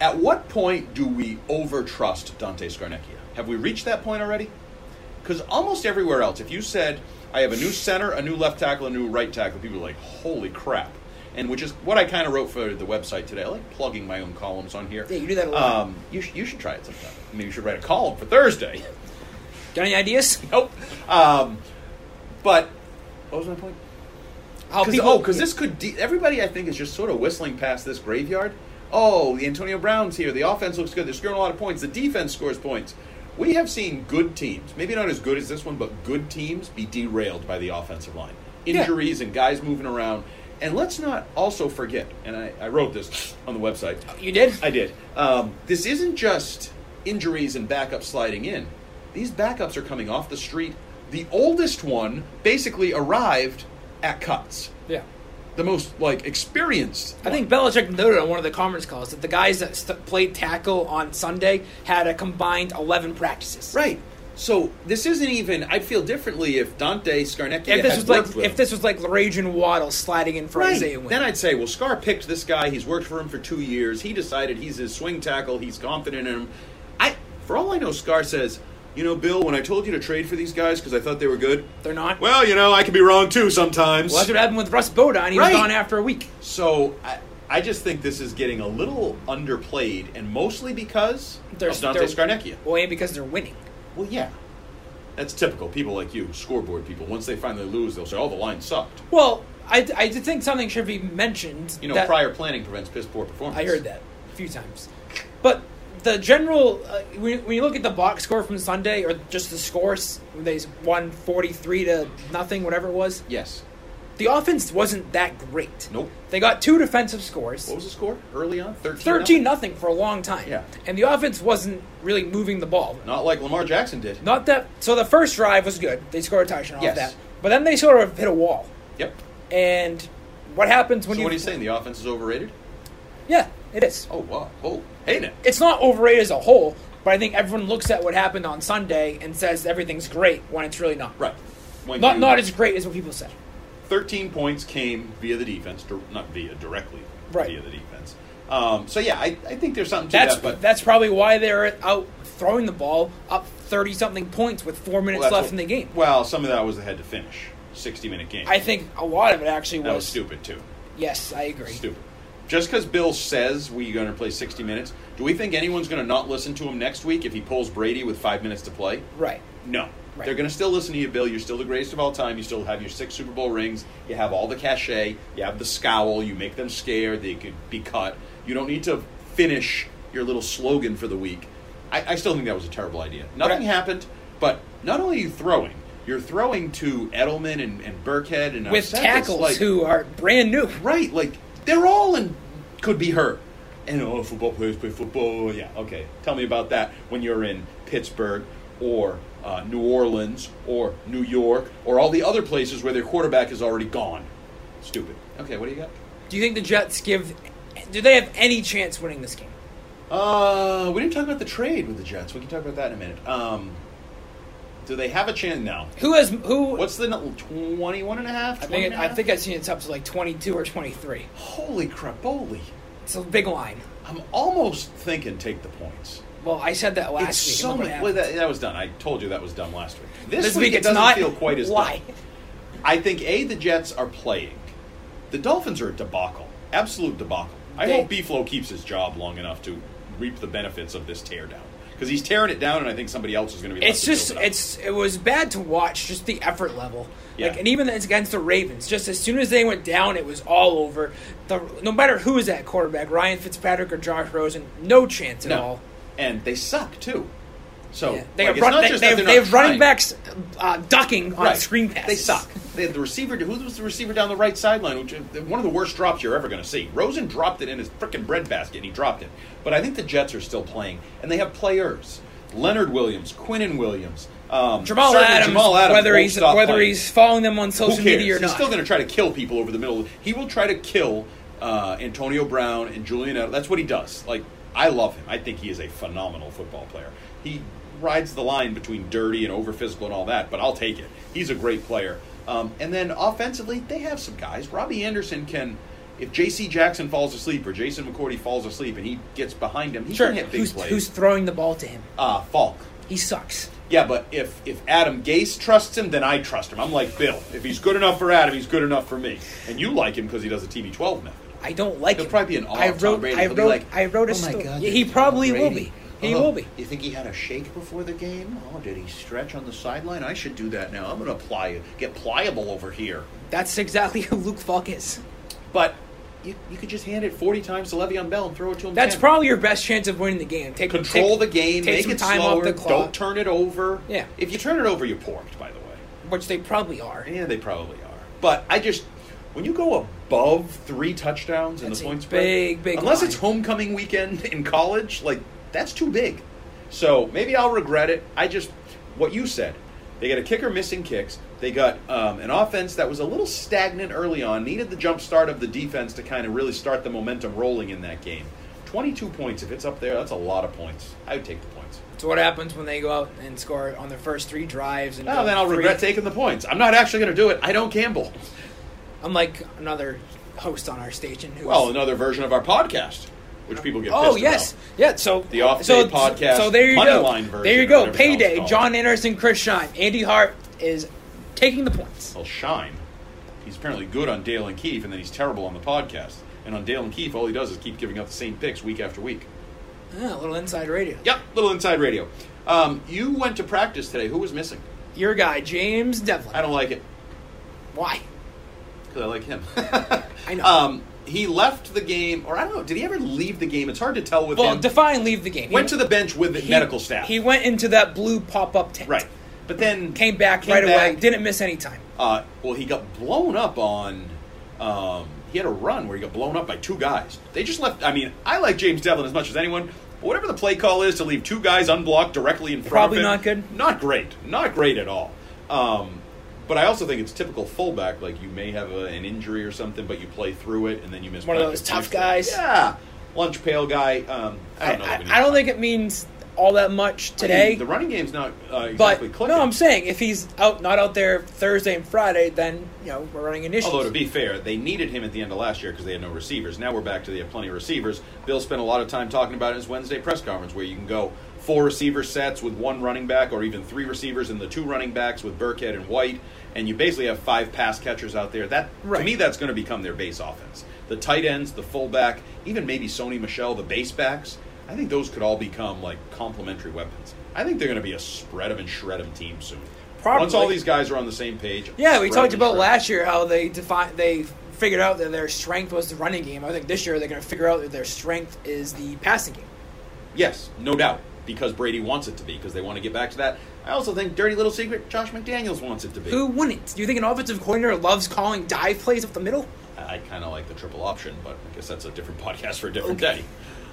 at what point do we overtrust Dante Scarnecchia? Have we reached that point already? Because almost everywhere else, if you said, I have a new center, a new left tackle, a new right tackle, people are like, holy crap. And which is what I kind of wrote for the website today. I like plugging my own columns on here.
Yeah, you do that a lot.
Um, you, sh- you should try it sometime. Maybe you should write a column for Thursday.
Got any ideas?
Nope. Um, but what was my point?
How
'Cause-
people?
oh, because this could. De- everybody, I think, is just sort of whistling past this graveyard. Oh, Antonio Brown's here. The offense looks good. They're scoring a lot of points. The defense scores points. We have seen good teams, maybe not as good as this one, but good teams be derailed by the offensive line. Injuries and guys moving around. And let's not also forget, and I, I wrote this on the website.
you did.
I did. Um, this isn't just injuries and backups sliding in. These backups are coming off the street. The oldest one basically arrived at cuts.
yeah.
The most like experienced.
I think Belichick noted on one of the conference calls that the guys that st- played tackle on Sunday had a combined 11 practices.
Right. So this isn't even. I'd feel differently if Dante Scarnecchia
If this
had
was like
worked with
if
him.
this was like Larajan Waddle sliding in for
Right.
Isaiah Wynn.
Then I'd say, well, Scar picked this guy. He's worked for him for two years. He decided he's his swing tackle. He's confident in him. I, for all I know, Scar says, you know, Bill, when I told you to trade for these guys because I thought they were good,
They're not. Well,
Well, you know, I can be wrong too sometimes.
that's what happened with Russ Bodine. He
Right.
was gone after a week.
so I, I just think this is getting a little underplayed, and mostly because
There's-
of Dante
there-
Scarnecchia.
Well, and because they're winning.
Well, yeah. That's typical. People like you, scoreboard people, once they finally lose, they'll say, oh, the line sucked.
Well, I, I did think something should be mentioned.
You know,
that-
prior planning prevents piss poor performance.
I heard that a few times. But the general, uh, when, when you look at the box score from Sunday, or just the scores, when they won 43 to nothing, whatever it was,
Yes.
the offense wasn't that great.
Nope.
They got two defensive scores.
What was the score early on? 13
13 nothing for a long time.
Yeah.
And the offense wasn't really moving the ball.
Not like Lamar Jackson did.
Not that. So the first drive was good. They scored a touchdown
Yes.
off that. But then they sort of hit a wall.
Yep.
And what happens when
So
you.
what are you saying? The offense is overrated?
Yeah, it is.
Oh, wow. Oh, hey now.
It's not overrated as a whole, but I think everyone looks at what happened on Sunday and says everything's great when it's really not.
Right. When
Not,
you-
not as great as what people said.
13 points came via the defense, dir- not via directly,
Right.
via the defense. Um, so yeah, I, I think there's something to
That's
that. But
that's probably why they're out throwing the ball up 30 something points with four minutes
well, that's
left
what-
in the game.
Well, some of that was the head to finish, 60 minute game.
I think a lot of it actually
that was stupid too.
Yes, I agree.
Stupid. Just because Bill says we're going to play 60 minutes, do we think anyone's going to not listen to him next week if he pulls Brady with five minutes to play?
Right.
No.
Right.
They're going to still listen to you, Bill. You're still the greatest of all time. You still have your six Super Bowl rings. You have all the cachet. You have the scowl. You make them scared. They could be cut. You don't need to finish your little slogan for the week. I, I still think that was a terrible idea. Nothing
Right.
happened, but not only are you throwing, you're throwing to Edelman and, and Burkhead and I've
With
said this,
tackles
like-
who are brand new.
Right, like they're all in could be hurt. And oh, football players play football. Yeah, okay. Tell me about that when you're in Pittsburgh or uh, New Orleans or New York or all the other places where their quarterback is already gone. Stupid. Okay, what do you got?
Do you think the Jets give? Do they have any chance winning this game?
Uh, we didn't talk about the trade with the Jets. We can talk about that in a minute. Um, do they have a chance now?
Who has who?
What's the nu- 21 and a half?
I think I think I've seen it's up to like 22 or 23.
Holy crapoli.
It's a big line.
I'm almost thinking take the points.
Well, I said that last
It's
week.
so
Look what
much.
happened.
Well, that, that was done. I told you that was done last week. This,
This
week,
week
it
it's
doesn't
not.
feel quite as
Why?
done. I think a the Jets are playing. The Dolphins are a debacle, absolute debacle. I
They-
hope Beeflo keeps his job long enough to reap the benefits of this teardown because he's tearing it down, and I think somebody else is going to be. left
It's
to build
just
it up.
it's it was bad to watch. Just the effort level.
Yeah.
Like and even it's against the Ravens. Just as soon as they went down, it was all over. The no matter who is that quarterback, Ryan Fitzpatrick or Josh Rosen, no chance at all.
no, and they suck too. So
Yeah. They
like,
have
it's
run,
not
they,
just
they
that
have,
they're
they
not
have running
trying.
backs uh, ducking on
Right.
screen passes.
They suck. They had the receiver. Who was the receiver down the right sideline? Which uh, one of the worst drops you're ever going to see. Rosen dropped it in his freaking breadbasket, and he dropped it. But I think the Jets are still playing, and they have players: Leonard Williams, Quinnen Williams, um,
Jamal
certainly
Adams,
Jamal Adams
whether
won't
he's
stop
whether
playing.
he's following them on
Who
social
cares?
media or
he's
not.
still going to try to kill people over the middle. He will try to kill uh, Antonio Brown and Julian. Edelman. That's what he does. Like I love him. I think he is a phenomenal football player. He rides the line between dirty and over physical and all that, but I'll take it. He's a great player. Um, and then offensively, they have some guys. Robbie Anderson can. If J.C. Jackson falls asleep or Jason McCourty falls asleep and he gets behind him, he
sure.
can hit big
Who's,
plays.
who's throwing the ball to him?
uh, Falk.
He sucks.
Yeah, but if if Adam Gase trusts him, then I trust him. I'm like Bill. If he's good enough for Adam, he's good enough for me. And you like him because he does the TB12 method.
I don't like
He'll
him.
probably be in awe
I
of
wrote,
Tom Brady.
I
He'll be
wrote,
like,
I wrote a
"Oh my
story.
God,
he probably will be. He
Oh,
will be.
You think he had a shake before the game? Oh, did he stretch on the sideline? I should do that now. I'm going to pli- get pliable over here.
That's exactly who Luke Falk is.
But you, you could just hand it 40 times to Le'Veon Bell and throw it to him.
That's
10.
probably your best chance of winning the game. Take
control
take-
the game,
take
make
some
it
time
slower.
off the clock,
Don't turn it over.
Yeah.
If you turn it over, you're porked. By the way.
which they probably are.
Yeah, they probably are. But I just when you go above three touchdowns in
That's
the
a
point spread,
big, big
unless
line.
it's homecoming weekend in college, like that's too big. So maybe I'll regret it. I just what you said. They got a kicker missing kicks. They got um, an offense that was a little stagnant early on. Needed the jump start of the defense to kind of really start the momentum rolling in that game. Twenty-two points. If it's up there, that's a lot of points. I would take the points.
It's what happens when they go out and score on their first three drives. And
Oh, then I'll regret
it.
taking the points. I'm not actually going to do it. I don't gamble.
Unlike another host on our station who.
Well, another version of our podcast, which people get.
Oh
pissed
yes,
about.
yeah. So
The off-day
so,
podcast
So there you
money
go.
line version
there
or
you go.
whatever the hell it's
Payday.
called.
John Anderson, Chris Shine, Andy Hart is taking the points.
Well, shine. He's apparently good on Dale and Keefe, and then he's terrible on the podcast. And on Dale and Keefe, all he does is keep giving up the same picks week after week.
Yeah, a little inside radio.
Yep, little inside radio. Um, you went to practice today. Who was missing?
Your guy James Devlin.
I don't like it
Why?
because I like him.
I know.
um, he left the game, or I don't know. Did he ever leave the game? It's hard to tell with
well,
him.
define leave the game.
went to the bench with the
He-
medical staff.
He went into that blue pop-up tent.
right, but then
Came back right away.
back.
Didn't miss any time.
Uh, well, he got blown up on. Um, he had a run where he got blown up by two guys. They just left. I mean, I like James Devlin as much as anyone. But whatever the play call is to leave two guys unblocked directly in front
Probably
of him,
not good.
Not great. Not great at all. Um, but I also think it's typical fullback. Like you may have a, an injury or something, but you play through it and then you miss
One of
practice
those tough
next day.
guys.
Yeah, lunch pail guy. Um, I
I,
don't know. that we need
I- I
to-
don't think it means all that much
I
today.
mean, the running game's not uh,
but
exactly clicking.
no, I'm saying if he's out, not out there Thursday and Friday, then you know we're running an issue.
Although to be fair, they needed him at the end of last year because they had no receivers. Now we're back to they have plenty of receivers. Bill spent a lot of time talking about it in his Wednesday press conference, where you can go four receiver sets with one running back, or even three receivers and the two running backs with Burkhead and White, and you basically have five pass catchers out there. That to
Right.
me, that's going to become their base offense. The tight ends, the fullback, even maybe Sony Michelle, the base backs. I think those could all become like complementary weapons. I think they're going to be a spread 'em and shred 'em team soon. Once
Probably.
all these guys are on the same page.
yeah, we
spread 'em
talked
and
about
shred 'em.
last year how they defi- they figured out that their strength was the running game. I think this year they're going to figure out that their strength is the passing game.
Yes, no doubt, because Brady wants it to be, because they want to get back to that. I also think, dirty little secret, Josh McDaniels wants it to be.
Who wouldn't? Do you think an offensive coordinator loves calling dive plays up the middle?
I kind of like the triple option, but I guess that's a different podcast for a different day.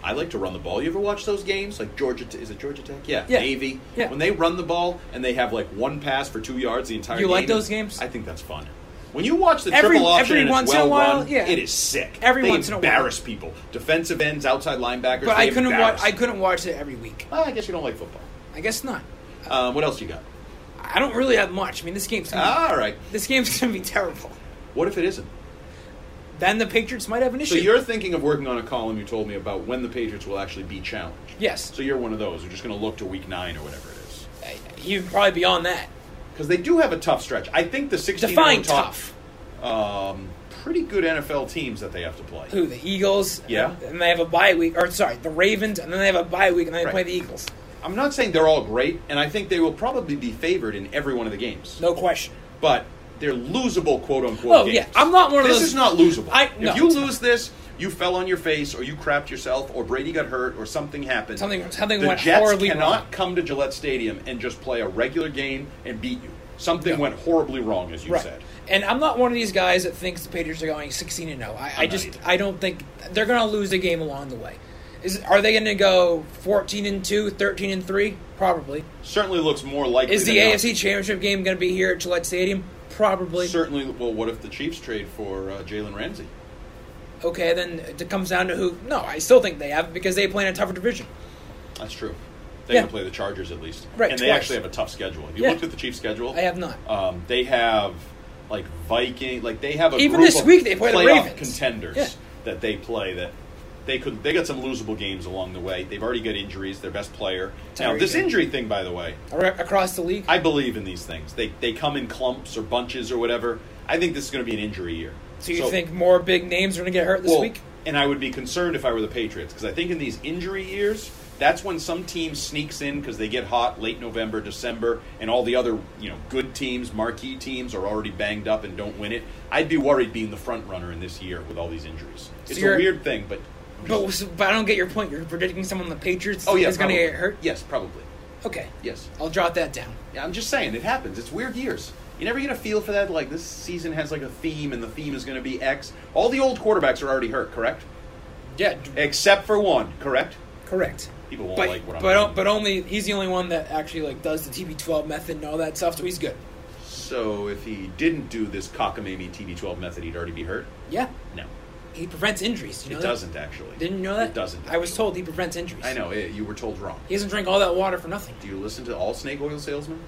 I like to run the ball. You ever watch those games? Like Georgia, T- is it Georgia Tech? Yeah,
Yeah.
Navy.
Yeah.
When they run the ball and they have like one pass for two yards the entire
You
game.
like those games?
I think that's fun. When you watch the
Every-
triple option
every
and it's
once in
well
a while,
run,
yeah.
it is sick.
Every
they
once in a while.
embarrass people. Defensive ends, outside linebackers.
But I
they
couldn't watch.
embarrass
I couldn't watch it every week.
Well, I guess you don't like football.
I guess not.
Um, what else you got?
I don't really have much. I mean, this game's gonna be,
All right.
this game's gonna be terrible.
What if it isn't?
Then the Patriots might have an
So
issue.
you're thinking of working on a column you told me about when the Patriots will actually be challenged.
yes,
So you're one of those. You're just going to look to week nine or whatever it is.
you'd probably be on that.
Because they do have a tough stretch. I think the 16
Define
top,
tough.
Um, pretty good NFL teams that they have to play.
Who the Eagles?
Yeah.
and they have a bye week. Or sorry, the Ravens, and then they have a bye week, and then they
Right.
play the Eagles.
I'm not saying they're all great, and I think they will probably be favored in every one of the games.
No question.
But they're losable, quote unquote.
Oh,
games.
yeah. I'm not one of
this
those-
is not losable.
I-
if
no,
you
it's
lose this, you fell on your face, or you crapped yourself, or Brady got hurt, or something happened.
Something- something
the
went
Jets
horribly
cannot
wrong.
come to Gillette Stadium and just play a regular game and beat you. Something went horribly wrong, as you
Right.
said.
And I'm not one of these guys that thinks the Patriots are going 16 and 0. I, I
not
just
either.
I don't think they're going to lose a game along the way. Is are they going to go 14 and 2, 13 and 3? Probably.
Certainly looks more likely.
Is the
than not.
AFC Championship game going to be here at Gillette Stadium? Probably.
certainly? Well, what if the Chiefs trade for uh, Jalen Ramsey?
Okay, then it comes down to who. No, I still think they have it because they play in a tougher division.
That's true. They
Yeah.
can play the Chargers at least,
Right,
And they
twice.
actually have a tough schedule. Have you
Yeah.
looked at the Chiefs' schedule?
I have not.
Um, they have like Viking, like they have a
Even
group
this
of
week they play the
playoff
Ravens.
contenders
Yeah.
that they play that they could they got some losable games along the way. They've already got injuries. Their best player now
Tyreek
this
Hill.
injury thing, by the way,
Ar- Across the league,
I believe in these things. They they come in clumps or bunches or whatever. I think this is going to be an injury year.
so you think more big names are going to get hurt this
well,
week?
and I would be concerned if I were the Patriots because I think in these injury years, that's when some team sneaks in because they get hot late November, December, and all the other you know good teams, marquee teams, are already banged up and don't win it. I'd be worried being the front runner in this year with all these injuries.
So
it's a
you're-
weird thing, but
But, but I don't get your point. You're predicting someone on the Patriots
oh yeah,
is going to
probably.
get hurt.
Yes, probably.
Okay,
Yes.
I'll jot that down.
Yeah, I'm just saying, it happens. It's weird years. You never get a feel for that. Like, this season has like a theme, and the theme is going to be X. All the old quarterbacks are already hurt, correct?
Yeah, d-
Except for one, correct?
correct.
People won't
But
like what I'm
but, o-
doing.
but only he's the only one that actually like does the TB12 method and all that stuff, so he's good.
So, if he didn't do this cockamamie TB12 method, he'd already be hurt?
Yeah,
No.
he prevents injuries. You know
It
that?
doesn't, actually.
Didn't you know that?
It doesn't.
I was told he prevents injuries.
I know, eh, you were told wrong.
He doesn't drink all that water for nothing.
Do you listen to all snake oil salesmen?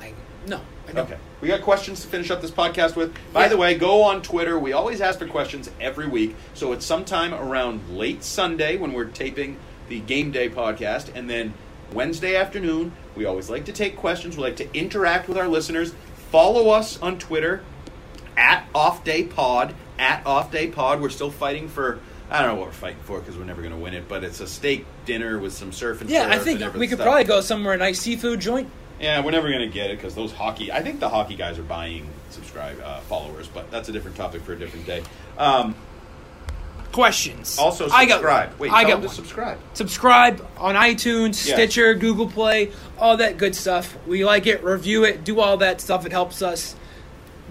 I no. I don't.
Okay. We got questions to finish up this podcast with. By
Yeah.
the way, go on Twitter. We always ask for questions every week. So it's sometime around late Sunday when we're taping the game day podcast. And then Wednesday afternoon, we always like to take questions. We like to interact with our listeners. Follow us on Twitter at Off Day Pod. At Off Day Pod. We're still fighting for. I don't know what we're fighting for because we're never going to win it, but it's a steak dinner with some surf and
Yeah, I
turf and
think
different
we could
stuff.
probably go somewhere nice seafood joint.
Yeah, we're never gonna get it because those hockey. I think the hockey guys are buying subscribe uh, followers, but that's a different topic for a different day. Um,
Questions.
also, subscribe.
I got one.
Wait,
I
tell
got
them
one.
to subscribe.
subscribe on iTunes,
Yeah.
Stitcher, Google Play, all that good stuff. We like it, review it, do all that stuff. It helps us.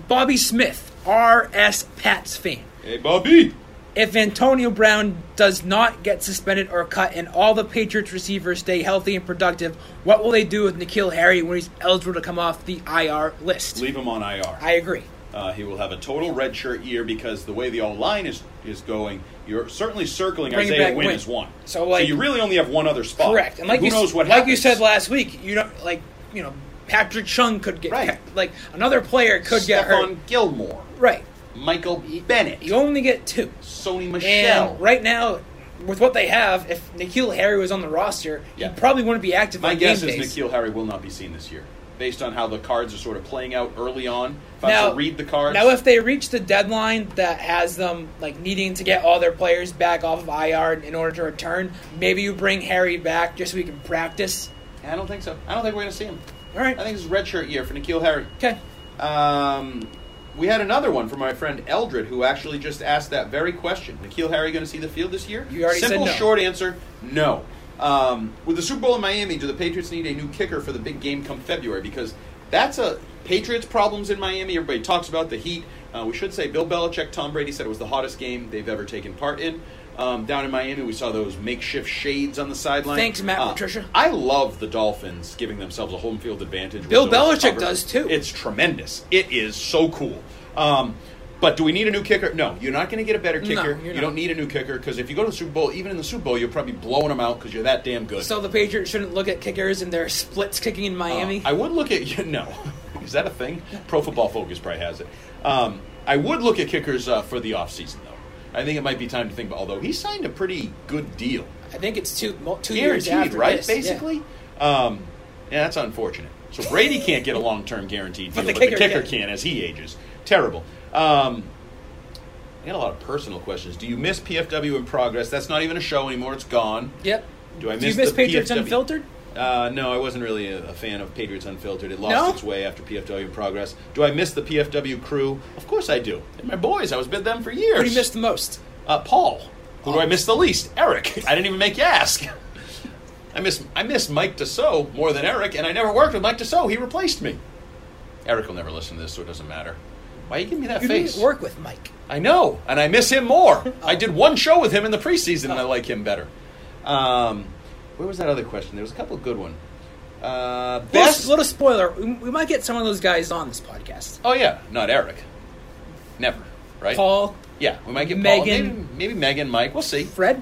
Bobby Smith, RS Pats fan.
Hey, Bobby.
If Antonio Brown does not get suspended or cut and all the Patriots receivers stay healthy and productive, what will they do with Nikhil Harry when he's eligible to come off the IR list?
Leave him on IR.
I agree.
Uh, he will have a total red shirt year because the way the all line is is going, you're certainly circling
Bring it
Isaiah
back
Wynn
Wynn.
as one.
So, like-
you really only have one other spot.
Correct. And like
Oh, who
you
knows what
like
happens.
you said last week, you know, like you know, Patrick Chung could get
Right.
like another player could get hurt.
Stephon Gilmore,
Right.
Michael Bennett,
You only get two.
Sony Michelle.
And right now, with what they have, if Nikhil Harry was on the roster,
Yeah.
he probably wouldn't be active.
My
on
guess
game
is
days.
Nikhil Harry will not be seen this year, based on how the cards are sort of playing out early on. If I have to read the cards,
Now, if they reach the deadline that has them like needing to get all their players back off of IR in order to return, maybe you bring Harry back just so he can practice.
I don't think so. I don't think we're going to see him.
All right.
I think it's red shirt year for Nikhil Harry.
Okay.
Um, we had another one from my friend Eldred, who actually just asked that very question. Nikhil Harry going to see the field this year?
You already said
Simple,
no.
short answer: no. Um, with the Super Bowl in Miami, do the Patriots need a new kicker for the big game come February? Because that's a Patriots problems in Miami. Everybody talks about the heat. Uh, we should say Bill Belichick, Tom Brady said it was the hottest game they've ever taken part in. Um, down in Miami, we saw those makeshift shades on the sideline. Uh,
Thanks, Matt Patricia.
I love the Dolphins giving themselves a home field advantage. with
Bill
those
Belichick does, too.
It's tremendous. It is so cool. Um, but do we need a new kicker? No, you're not going to get a better kicker.
you're
you
not.
don't need a new kicker because if you go to the Super Bowl, even in the Super Bowl, you're probably blowing them out because you're that damn good.
So the Patriots shouldn't look at kickers and their splits kicking in
Uh,
Miami.
I would look at you. No, is that a thing? Pro Football Focus probably has it. Um, I would look at kickers uh, for the offseason, though. I think it might be time to think about. Although he signed a pretty good deal,
I, think it's two mo- two years
guaranteed,
after
right?
this, yeah.
Basically, yeah. Um, yeah, that's unfortunate. So Brady can't get a long-term guaranteed deal,
But the
but the
kicker
kicker
can.
can as he ages. Terrible. Um, I got a lot of personal questions. Do you miss PFW in progress? That's not even a show anymore. It's gone.
Yep.
Do I miss,
you miss
the
Patriots
PFW?
Unfiltered?
Uh, no, I wasn't really a, a fan of Patriots Unfiltered. It lost
No?
its way after PFW in progress. Do I miss the PFW crew? Of course I do. And my boys, I was with them for years.
Who do you miss the most?
Uh, Paul. Who do
Oh.
I miss the least? Eric. I didn't even make you ask. I miss I miss Mike Dassault more than Eric, and I never worked with Mike Dassault. He replaced me. Eric will never listen to this, so it doesn't matter. Why you give me that
You
face?
didn't work with Mike.
I know, and I miss him more. I did one show with him in the preseason,
Oh.
and I like him better. Um, where was that other question? There was a couple good one. Uh, best.
Little, little spoiler: we, we might get some of those guys on this podcast.
oh yeah, not Eric. Never, right?
Paul,
Yeah, we might get Paul.
Megan.
Maybe, maybe Megan, Mike. We'll see.
Fred.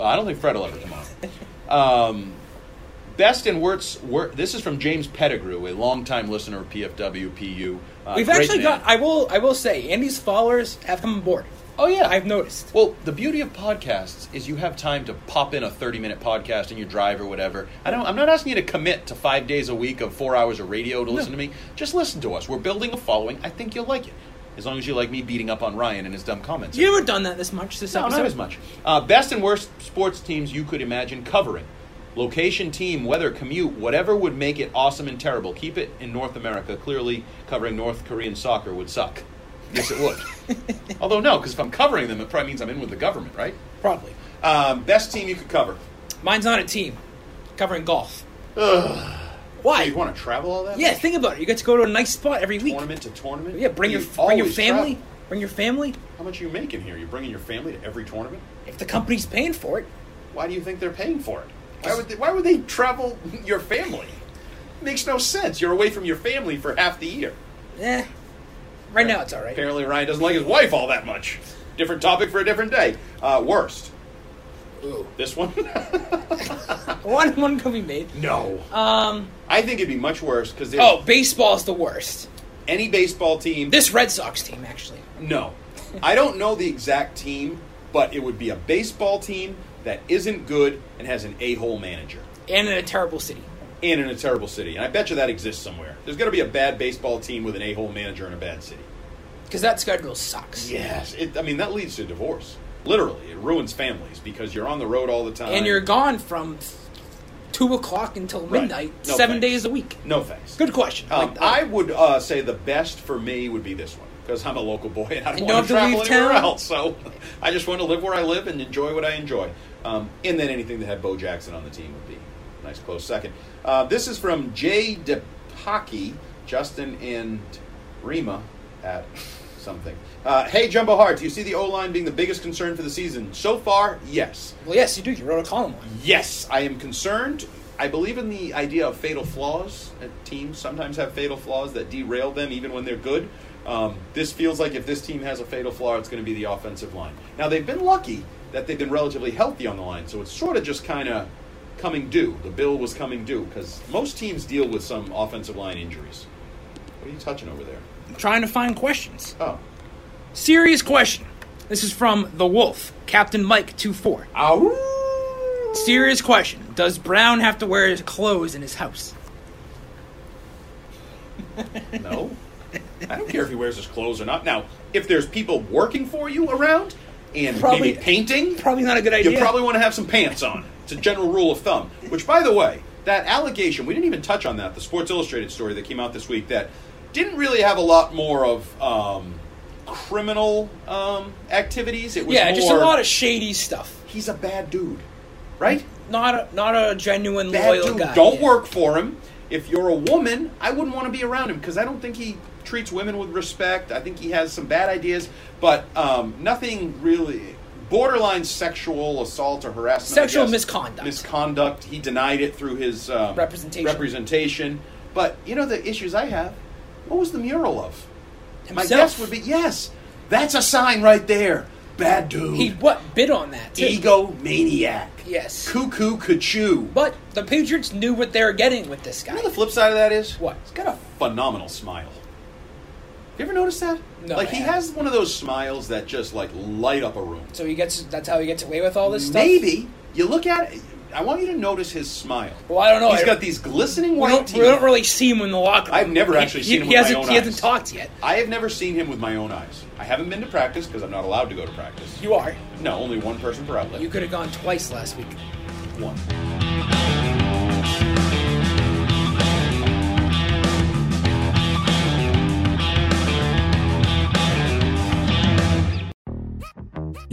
Uh, I don't think Fred will ever come on. Um, best and worst. Wor- this is from James Pettigrew, a longtime listener of PFW PU. Uh,
We've
great
actually
man.
got. I will. I will say, Andy's followers have come aboard.
Oh yeah,
I've noticed.
Well, the beauty of podcasts is you have time to pop in a thirty-minute podcast in your drive or whatever. I don't. I'm not asking you to commit to five days a week of four hours of radio to listen to me. Just listen to us. We're building a following. I think you'll like it. As long as you like me beating up on Ryan and his dumb comments.
You haven't done that this much this
No,
episode.
not as much. Uh, best and worst sports teams you could imagine covering. Location, team, weather, commute, whatever would make it awesome and terrible. Keep it in North America. Clearly, covering North Korean soccer would suck. Yes, it would. Although, no, because if I'm covering them, it probably means I'm in with the government, right?
Probably.
Um, best team you could cover.
Mine's not a team. Covering golf.
Ugh.
Why?
You want to travel all that?
yeah,
much?
think about it. You get to go to a nice spot every week.
Tournament to tournament?
Yeah, bring your
You
bring your
always
family.
travel.
Bring your family.
How much are you making here? You bringing your family to every tournament?
If the company's paying for it,
Why do you think they're paying for it? Why would they, why would they travel your family? makes no sense. You're away from your family for half the year.
eh. Right now it's all right.
Apparently, Ryan doesn't like his wife all that much. Different topic for a different day. Uh, worst. This one?
One one can be made.
no. Um. I think it'd be much worse because
Oh, baseball's the worst.
any baseball team.
This Red Sox team actually.
No. I don't know the exact team, but it would be a baseball team that isn't good and has an a hole manager.
And in a terrible city.
And in a terrible city. And I bet you that exists somewhere. There's got to be a bad baseball team with an a hole manager in a bad city.
Because that schedule sucks.
Yes. It, I mean, that leads to divorce. Literally. It ruins families because you're on the road all the time.
And you're gone from two o'clock until
Right.
midnight,
No
seven
thanks.
days a week.
No thanks.
Good question.
Um,
Like,
I would uh, say the best for me would be this one because I'm a local boy and I don't
You
want
don't
to
have to
travel
leave
anywhere
town?
else. So I just want to live where I live and enjoy what I enjoy. Um, and then anything that had Bo Jackson on the team would be a nice close second. Uh, this is from Jay DePaki, Justin and Rima at something. Uh, hey, Jumbo Heart, do you see the O line being the biggest concern for the season? So far, yes.
well, yes, you do. You wrote a column on. it.
Yes, I am concerned. I believe in the idea of fatal flaws. Uh, Teams sometimes have fatal flaws that derail them even when they're good. Um, this feels like if this team has a fatal flaw, it's going to be the offensive line. Now, they've been lucky that they've been relatively healthy on the line, so it's sort of just kind of coming due. The bill was coming due because most teams deal with some offensive line injuries. What are you touching over there?
I'm trying to find questions.
Oh.
Serious question. This is from the Wolf, Captain Mike 24.
Ow!
Serious question. Does Brown have to wear his clothes in his house?
No. I don't care if he wears his clothes or not. Now, if there's people working for you around and
Probably-
maybe painting,
Probably not a good idea.
you probably want to have some pants on. It's a general rule of thumb. Which, by the way, that allegation, we didn't even touch on that, the Sports Illustrated story that came out this week that didn't really have a lot more of um, criminal um, activities. It was
yeah, just a
more,
lot of shady stuff.
He's a bad dude, right?
Not a, not a genuine
bad
loyal
dude.
guy.
Don't
yeah.
work for him. If you're a woman, I wouldn't want to be around him because I don't think he treats women with respect. I think he has some bad ideas, but um, nothing really borderline sexual assault or harassment. I
Sexual
guess.
misconduct.
Misconduct. He denied it through his um,
Representation.
Representation. But you know the issues I have. What was the mural of? My
Himself.
guess would be yes. That's a sign right there. Bad dude.
He what bid on that? Too.
Egomaniac.
Yes.
Cuckoo cachoo.
But the Patriots knew what they were getting with this guy.
You know the flip side of that is
What?
He's got a phenomenal smile. You ever notice that?
No,
Like
I
he
haven't.
has one of those smiles that just like light up a room.
So he gets. That's how he gets away with all this stuff.
Maybe you look at it. I want you to notice his smile.
Well, I don't know.
He's
I-
got these glistening
We
white
don't,
teeth.
we don't really see him in the locker room.
I've never
He-
actually
he,
seen him
He
with my
hasn't.
own
he hasn't
eyes.
talked yet.
I have never seen him with my own eyes. I haven't been to practice because I'm not allowed to go to practice.
You are.
No, only one person per outlet.
You could have gone twice last week.
one.